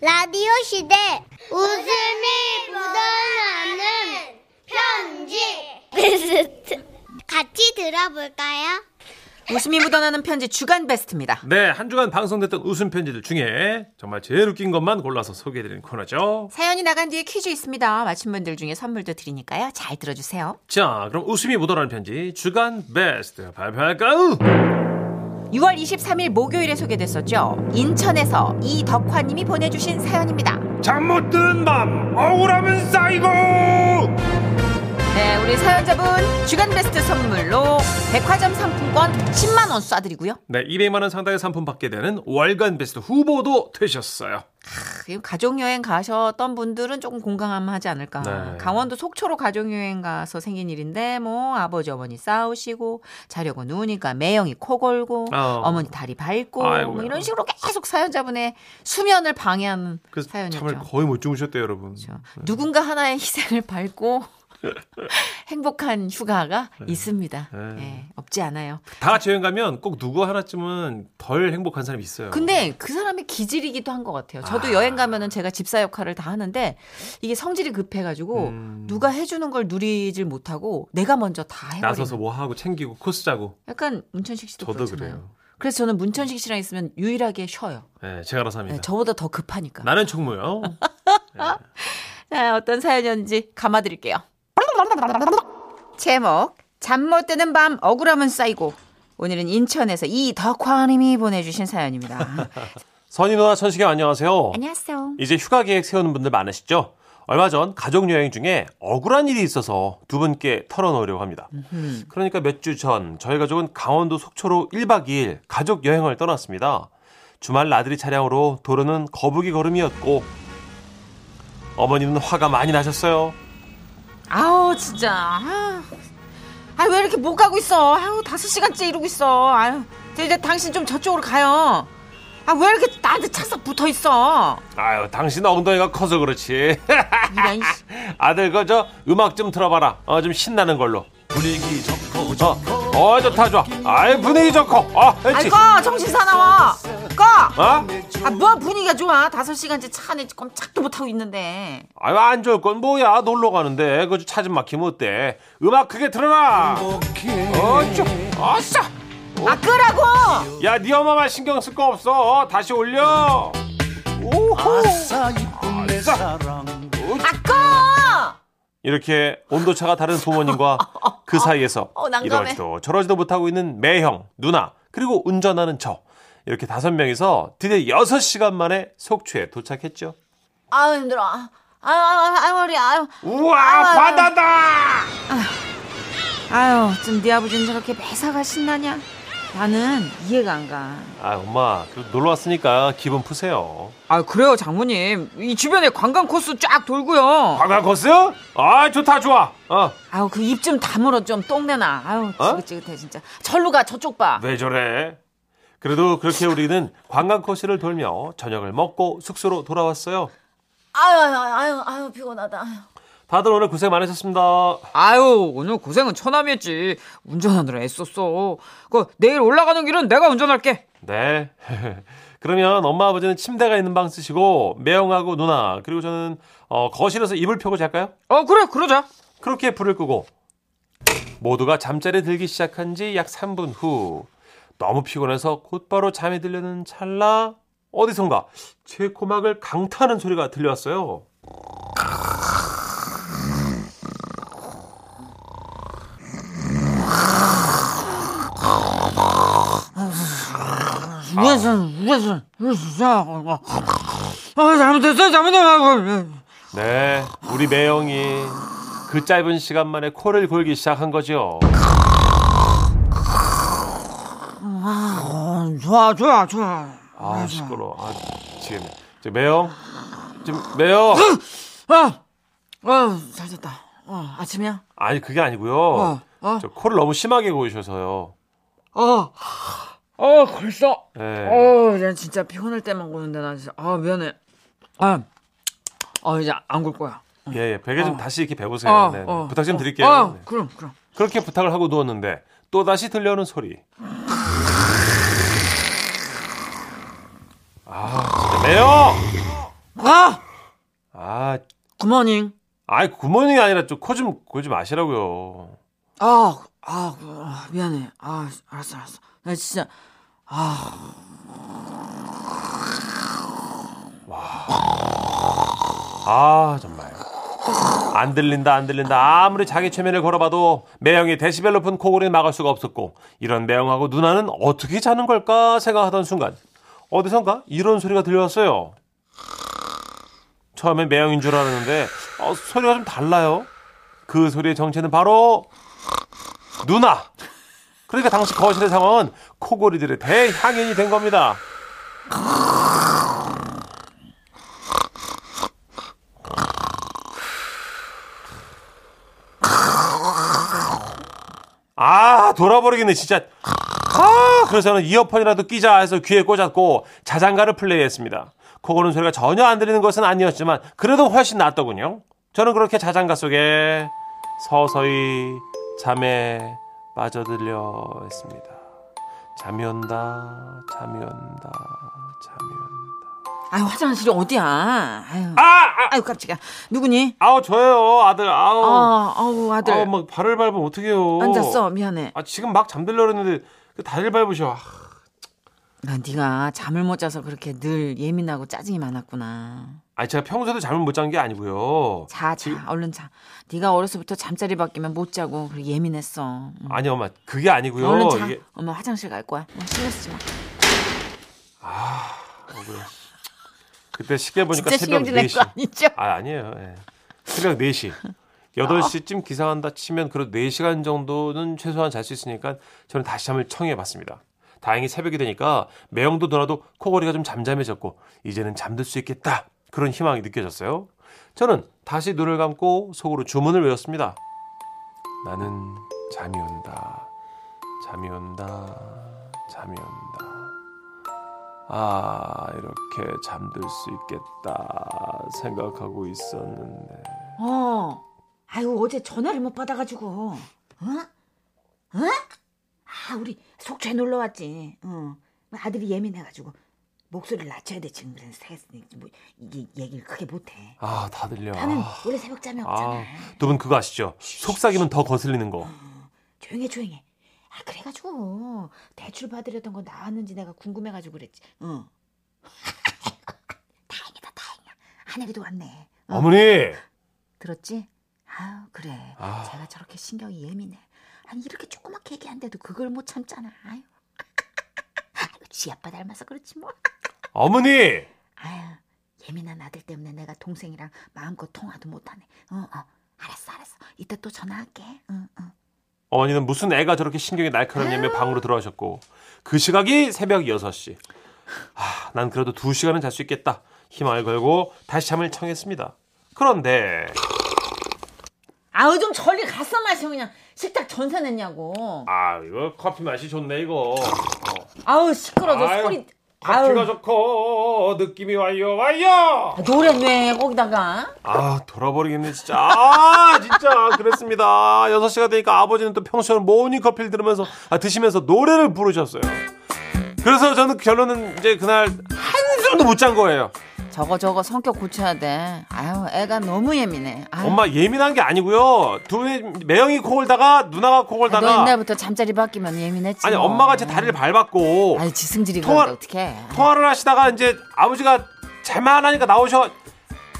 라디오 시대 웃음이 묻어나는 편지 베스트 같이 들어볼까요? 웃음이 묻어나는 편지 주간 베스트입니다. 네, 한 주간 방송됐던 웃음 편지들 중에 정말 제일 웃긴 것만 골라서 소개해드리는 코너죠. 사연이 나간 뒤에 퀴즈 있습니다. 맞힌 분들 중에 선물도 드리니까요. 잘 들어주세요. 자, 그럼 웃음이 묻어나는 편지 주간 베스트 발표할까요? 6월 23일 목요일에 소개됐었죠. 인천에서 이덕화님이 보내주신 사연입니다. 잠못 든 밤, 억울하면 쌓이고! 네, 우리 사연자분 주간 베스트 선물로 백화점 상품권 10만 원 쏴드리고요. 네, 200만원 상당의 상품 받게 되는 월간 베스트 후보도 되셨어요. 크, 가족여행 가셨던 분들은 조금 공감하지 않을까. 네. 강원도 속초로 가족여행 가서 생긴 일인데 뭐 아버지 어머니 싸우시고 자려고 누우니까 매형이 코 골고 아우. 어. 머니 다리 밟고 아이고야. 뭐 이런 식으로 계속 사연자분의 수면을 방해하는 그래서 사연이었죠. 잠을 네. 거의 못 주무셨대요, 여러분. 그렇죠. 누군가 하나의 희생을 밟고 행복한 휴가가 있습니다. 네. 예, 없지 않아요. 다 같이 여행 가면 꼭 누구 하나쯤은 덜 행복한 사람이 있어요. 근데 그 사람의 기질이기도 한 것 같아요. 저도 아. 여행 가면은 제가 집사 역할을 다 하는데 이게 성질이 급해가지고 음. 누가 해주는 걸 누리질 못하고 내가 먼저 다 해버리는. 나서서 뭐 하고 챙기고 코스 짜고. 약간 문천식 씨도 저도 그렇잖아요. 그래요. 래서 저는 문천식 씨랑 있으면 유일하게 쉬어요. 네, 제가 알아서 합니다. 네, 저보다 더 급하니까. 나는 총무요. 자, 어떤 사연이었는지 감아드릴게요. 제목 잠 못 드는 밤 억울함은 쌓이고 오늘은 인천에서 이덕화님이 보내주신 사연입니다. 어. 선희 누나 천식이 네. 안녕하세요. 안녕하세요. 이제 휴가 계획 세우는 분들 많으시죠? 얼마 전 가족 여행 중에 억울한 일이 있어서 두 분께 털어놓으려고 합니다. 그러니까 몇 주 전 저희 가족은 강원도 속초로 1박 2일 가족 여행을 떠났습니다. 주말 나들이 차량으로 도로는 거북이 걸음이었고 어머니는 화가 많이 나셨어요. 아우 진짜. 아 왜 이렇게 못 가고 있어? 아유 다섯 시간째 이러고 있어. 아유 이제, 이제 당신 좀 저쪽으로 가요. 아 왜 이렇게 나한테 착석 붙어 있어? 아유, 당신 엉덩이가 커서 그렇지. 이런 씨. 아들 그저 음악 좀 틀어봐라. 어 좀 신나는 걸로. 분위기 좋고 좋고. 어, 좋다 좋아. 아이 분위기 좋고. 아, 아이 그렇지. 꺼 정신 사나워. 꺼. 어? 아 뭐 분위기가 좋아? 다섯 시간째 차 안에 꼼짝도 못 하고 있는데. 아유 안 좋을 건 뭐야 놀러 가는데 그저 차 좀 막히면 어때? 음악 크게 틀어라. 어쭈. 어싸. 아 끄라고. 야, 네 엄마만 신경 쓸 거 없어. 어, 다시 올려. 오호. 아싸 이쁜 내 사랑 아 꺼. 이렇게 온도차가 다른 부모님과 그 사이에서 어, 난감해. 이러지도 저러지도 못하고 있는 매형, 누나, 그리고 운전하는 저. 이렇게 다섯 명이서 드디어 여섯 시간 만에 속초에 도착했죠. 아우 힘들어. 아유 아유 아유 머리 아유. 우와, 아유, 아유. 바다다! 아유 좀 네 아버지는 저렇게 매사가 신나냐? 나는 이해가 안 가. 아, 엄마, 그래도 놀러 왔으니까 기분 푸세요. 아 그래요 장모님 이 주변에 관광 코스 쫙 돌고요. 관광 코스? 아, 좋다, 좋아. 어, 아우 그 입 좀 다물어 좀 똥내나. 아우 어? 지긋지긋해 진짜. 절로 가 저쪽 봐. 왜 저래? 그래도 그렇게 우리는 관광 코스를 돌며 저녁을 먹고 숙소로 돌아왔어요. 아유 아유 아유 아유 피곤하다. 다들 오늘 고생 많으셨습니다. 아유 오늘 고생은 처남이었지 운전하느라 애썼어 그 내일 올라가는 길은 내가 운전할게 네. 그러면 엄마 아버지는 침대가 있는 방 쓰시고 매형하고 누나 그리고 저는 어, 거실에서 이불 펴고 잘까요? 어 그래 그러자 그렇게 불을 끄고 모두가 잠자리에 들기 시작한 지 약 3분 후 너무 피곤해서 곧바로 잠이 들려는 찰나 어디선가 제 코막을 강타하는 소리가 들려왔어요. 우회전 우회전 우회전 아 잘못했어 잘못했어 네, 우리 매형이 그 짧은 시간 만에 코를 골기 시작한 거죠. 어, 좋아 좋아 좋아 아 시끄러. 아 지금 저 매형 지금 매형 어, 아어잘 됐다 어 아침이야 아니 그게 아니고요. 어. 저 코를 너무 심하게 고이셔서요. 어어 어, 벌써 네. 어난 진짜 피곤할 때만 고는데 나 진짜 아 미안해 아어 이제 안 굴 거야 예, 예. 베개 좀 다시 이렇게 배보세요. 아, 어, 네, 네. 어, 부탁 좀 어, 드릴게요. 어, 네. 그럼 그럼 그렇게 부탁을 하고 누웠는데 또 다시 들려오는 소리. 아, 진짜 매형 아! 아, 굿모닝. 아이 굿모닝이 아니라 좀 코 좀 골지 마시라고요. 아, 아, 아, 미안해. 아, 알았어, 알았어. 나 진짜, 아, 아 정말 안 들린다 안 들린다 아무리 자기 최면을 걸어봐도 매형이 데시벨 높은 코골이 막을 수가 없었고 이런 매형하고 누나는 어떻게 자는 걸까 생각하던 순간 어디선가 이런 소리가 들려왔어요 처음엔 매형인 줄 알았는데 어, 소리가 좀 달라요 그 소리의 정체는 바로 누나 그러니까 당시 거실의 상황은 코골이들의 대향연이 된 겁니다 아 돌아버리겠네 진짜 아 그래서는 이어폰이라도 끼자 해서 귀에 꽂았고 자장가를 플레이했습니다 코고는 소리가 전혀 안 들리는 것은 아니었지만 그래도 훨씬 낫더군요 저는 그렇게 자장가 속에 서서히 잠에 빠져들려 했습니다 잠이 온다 잠이 온다 잠이 온다 아유, 화장실이 어디야? 아유, 아, 아 아유, 깜짝이야. 누구니? 아우 저예요 아들 아, 아우 아우, 아들. 아우 막 발을 밟으면 어떡해요 앉았어, 미안해. 아 지금 막 잠들려 그랬는데 그 다리를 밟으셔 아. 난 아, 네가 잠을 못 자서 그렇게 늘 예민하고 짜증이 많았구나. 아니 제가 평소에도 잠을 못 잔 게 아니고요. 자, 자, 얼른 자. 네가 어려서부터 잠자리 바뀌면 못 자고 그리고 예민했어. 응. 아니 엄마 그게 아니고요. 얼른 자. 이게 엄마 화장실 갈 거야. 야, 신경 쓰지 마. 그때 시계 진짜 보니까 새벽 신경질 낼거 4시. 아니죠? 아 아니에요. 예. 새벽 4시. 8시쯤 기상한다 치면 그래도 4시간 정도는 최소한 잘 수 있으니까 저는 다시 잠을 청해 봤습니다. 다행히 새벽이 되니까 매형도 누나도 코골이가 좀 잠잠해졌고 이제는 잠들 수 있겠다. 그런 희망이 느껴졌어요. 저는 다시 눈을 감고 속으로 주문을 외웠습니다. 나는 잠이 온다. 잠이 온다. 잠이 온다. 아, 이렇게 잠들 수 있겠다 생각하고 있었는데. 어. 아유, 어제 전화를 못 받아가지고. 어? 어? 아, 우리 속초에 놀러 왔지. 어. 아들이 예민해가지고. 목소리를 낮춰야 돼, 지금. 그래서 새겠으니. 뭐, 이게 얘기를 크게 못해. 아, 다 들려. 나는 아, 원래 새벽 잠이 없잖아. 두 분 그거 아시죠? 속삭이면 더 거슬리는 어. 거. 조용해, 조용해. 아, 그래가지고. 대출 받으려던 거 나왔는지 내가 궁금해가지고 그랬지. 어. 다행이다, 다행이야. 하늘이도 왔네. 어. 어머니! 들었지? 아우 그래 아. 제가 저렇게 신경이 예민해 아니 이렇게 조그맣게 얘기한데도 그걸 못 참잖아 아유 아이고, 지 아빠 닮아서 그렇지 뭐 어머니! 아유 예민한 아들 때문에 내가 동생이랑 마음껏 통화도 못하네 어어 알았어 알았어 이따 또 전화할게 응응 어머니는 무슨 애가 저렇게 신경이 아. 날카롭냐며 방으로 들어가셨고, 그 시각이 새벽 6시. 아, 난 그래도 두 시간은 잘 수 있겠다. 희망을 걸고 다시 잠을 청했습니다. 그런데, 아우 좀 저리 갔어 마셔 그냥 식탁 전세 냈냐고 아, 이거 커피 맛이 좋네, 이거. 어. 아우 시끄러져 아유, 소리 커피가 아유. 좋고, 느낌이 와요, 와요! 아, 노래 왜 거기다가 아 돌아버리겠네 진짜 아 진짜 그랬습니다 6시가 되니까 아버지는 또 평소에는 모닝커피를 들으면서 아, 드시면서 노래를 부르셨어요 그래서 저는 결론은 이제 그날 한숨도 못 잔 거예요 저거 저거 성격 고쳐야 돼 아유 애가 너무 예민해 아유. 엄마 예민한 게 아니고요 두 분이 매형이 코골다가 누나가 아, 너 코골다가 옛날부터 잠자리 바뀌면 예민했지. 아니 뭐. 엄마가 제 다리를 밟았고 아니 지승질이 통화- 그런데 어떡해. 통화를 하시다가 이제 아버지가 잘만하니까 나오셔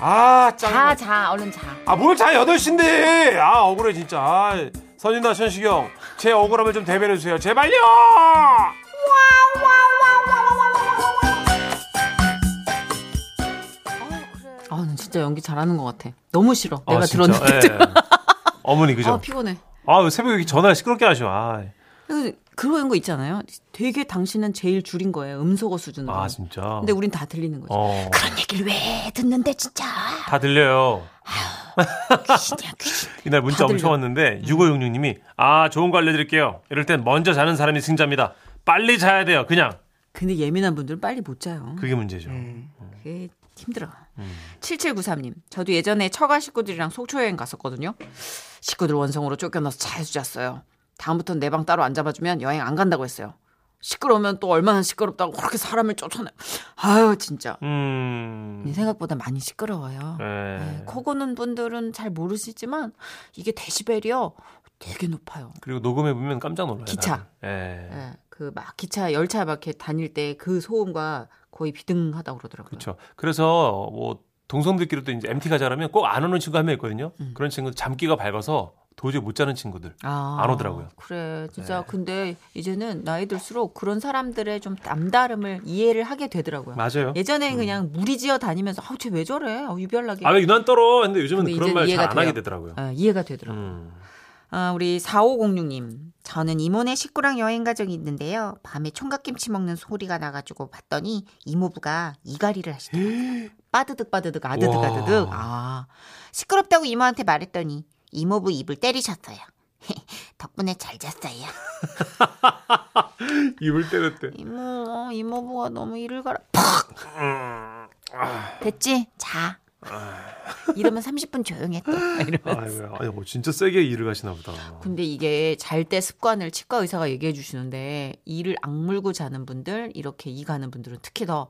아 자, 짜증나 자, 얼른 자. 아뭘잘 8시인데 아 억울해 진짜 아, 선인나 천식형 제 억울함을 좀 대변해주세요 제발요 아, 나 진짜 연기 잘하는 것 같아. 너무 싫어. 내가 진짜? 들었는데. 예. 어머니 그죠 아, 피곤해. 아 새벽에 이렇게 전화를 시끄럽게 하셔 아, 그래서 그런 거 있잖아요. 되게 당신은 제일 줄인 거예요. 음소거 수준으로. 아 진짜 근데 우린 다 들리는 거죠. 어, 그런 얘기를 왜 듣는데 진짜. 다 들려요 귀신이야 귀신. 이날 문자 엄청 왔는데 음. 6566님이 아 좋은 거 알려드릴게요 이럴 땐 먼저 자는 사람이 승자입니다 빨리 자야 돼요 그냥 근데 예민한 분들은 빨리 못 자요. 그게 문제죠 음. 그게 힘들어. 7793님, 저도 예전에 처가 식구들이랑 속초 여행 갔었거든요. 식구들 원성으로 쫓겨나서 자주 잤어요. 다음부터는 내 방 따로 안 잡아주면 여행 안 간다고 했어요. 시끄러우면 또 얼마나 시끄럽다고 그렇게 사람을 쫓아내. 아유 진짜. 음. 생각보다 많이 시끄러워요. 예. 네, 아, 코 고는 분들은 잘 모르시지만 이게 데시벨이요 되게 높아요. 그리고 녹음해 보면 깜짝 놀라요. 기차. 나는. 예. 그 막 기차 열차 막 이렇게 다닐 때 그 소음과 거의 비등하다고 그러더라고요. 그렇죠. 그래서 뭐 동성들끼리도 이제 MT 가자라면 꼭 안 오는 친구 한 명 있거든요. 음. 그런 친구 잠기가 밝아서 도저히 못 자는 친구들. 아, 안 오더라고요. 그래, 진짜. 네. 근데 이제는 나이 들수록 그런 사람들의 좀 남다름을 이해를 하게 되더라고요. 맞아요. 음. 예전에는 그냥 무리지어 다니면서 아우 쟤 왜 저래? 어, 유별나게. 아 왜 유난 떨어? 근데 요즘은 근데 그런 이제는 말 잘 이해가 안 하게 돼요. 되더라고요. 아, 이해가 되더라고요. 음. 아, 우리 4506님. 저는 이모네 식구랑 여행 간 적이 있는데요. 밤에 총각김치 먹는 소리가 나가지고 봤더니 이모부가 이갈이를 하시더라고요. 빠드득 빠드득 아드득 와. 아드득. 아, 시끄럽다고 이모한테 말했더니 이모부 입을 때리셨어요. 덕분에 잘 잤어요. 입을 때렸대. 이모, 이모부가 너무 이를 갈아. 팍! 됐지? 자. 이러면 30분 조용했대. 아이고야. 아니 뭐 진짜 세게 일을 가시나 보다. 근데 이게 잘 때 습관을 치과 의사가 얘기해 주시는데 이를 악물고 자는 분들 이렇게 이 가는 분들은 특히 더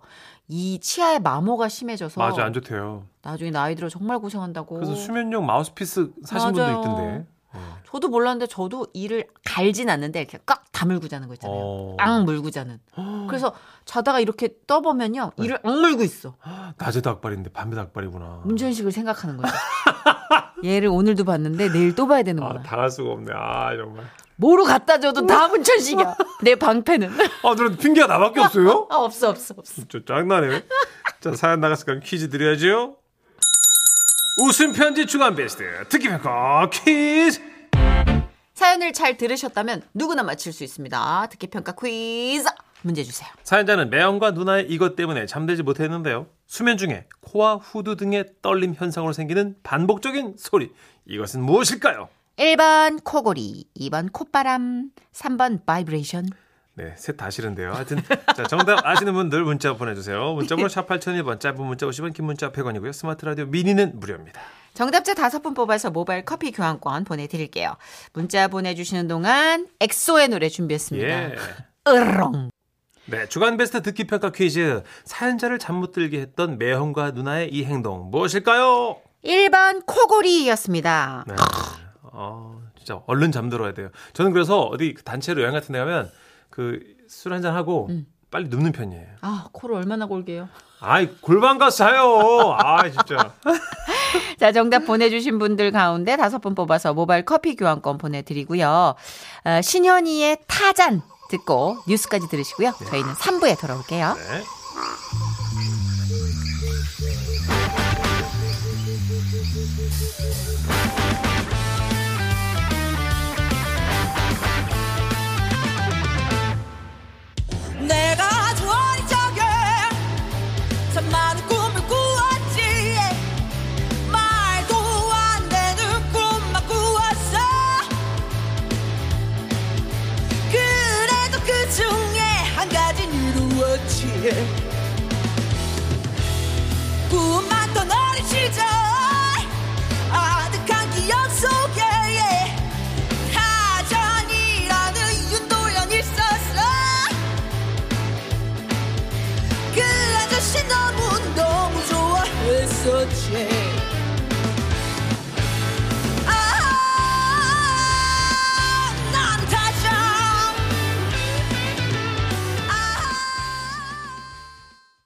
이 치아의 마모가 심해져서 맞아 안 좋대요. 나중에 나이 들어 정말 고생한다고. 그래서 수면용 마우스피스 사신 맞아요. 분도 있던데. 저도 몰랐는데 저도 이를 갈진 않는데 이렇게 꽉 다물고 자는 거 있잖아요. 어. 악 물고 자는. 그래서 자다가 이렇게 떠보면요 이를 네. 악물고 있어. 낮에 닭발인데 밤에 닭발이구나. 문전식을 생각하는 거죠. 얘를 오늘도 봤는데 내일 또 봐야 되는구나. 아 당할 수가 없네. 아 정말. 뭐로 갖다 줘도 다 문천식이야. 내 방패는. 아 누나 핑계가 나밖에 없어요? 아, 없어, 없어, 없어. 저 장난해. 자 사연 나갔으니까 퀴즈 드려야죠. 웃음 편지 중간 베스트 특기 평가 퀴즈. 사연을 잘 들으셨다면 누구나 맞힐 수 있습니다. 듣기 평가 퀴즈 문제 주세요. 사연자는 매형과 누나의 이것 때문에 잠들지 못했는데요. 수면 중에 코와 후두 등의 떨림 현상으로 생기는 반복적인 소리. 이것은 무엇일까요? 1번 코골이, 2번 콧바람, 3번 바이브레이션. 네, 셋 다 싫은데요. 하여튼 자, 정답 아시는 분들 문자 보내주세요. 문자번호 샵 8001번, 짧은 문자 50원, 긴 문자 100원이고요. 스마트 라디오 미니는 무료입니다. 정답자 5분 뽑아서 모바일 커피 교환권 보내드릴게요. 문자 보내주시는 동안 엑소의 노래 준비했습니다. 예. 으렁. 네, 주간 베스트 듣기 평가 퀴즈. 사연자를 잠 못 들게 했던 매형과 누나의 이 행동 무엇일까요? 1번 코골이였습니다. 네. 어, 진짜 얼른 잠들어야 돼요. 저는 그래서 어디 그 단체로 여행 같은 데 가면 그 술 한잔 하고 빨리 눕는 편이에요. 음. 아, 코를 얼마나 골게요. 아이, 골반 가서 자요. 아, 진짜. 자, 정답 보내주신 분들 가운데 다섯 분 뽑아서 모바일 커피 교환권 보내드리고요. 어, 신현이의 타잔 듣고 뉴스까지 들으시고요. 저희는 3부에 돌아올게요. 네. 내가 아주 어린 적에 참 많은 꿈을 꾸었지 말도 안 되는 꿈만 꾸었어 그래도 그 중에 한 가지는 이루었지 꿈만던 어린 시절 아득한 기억 속에 타전이라는 윤도현이 있었어 그 아저씨 너무너무 좋아했었지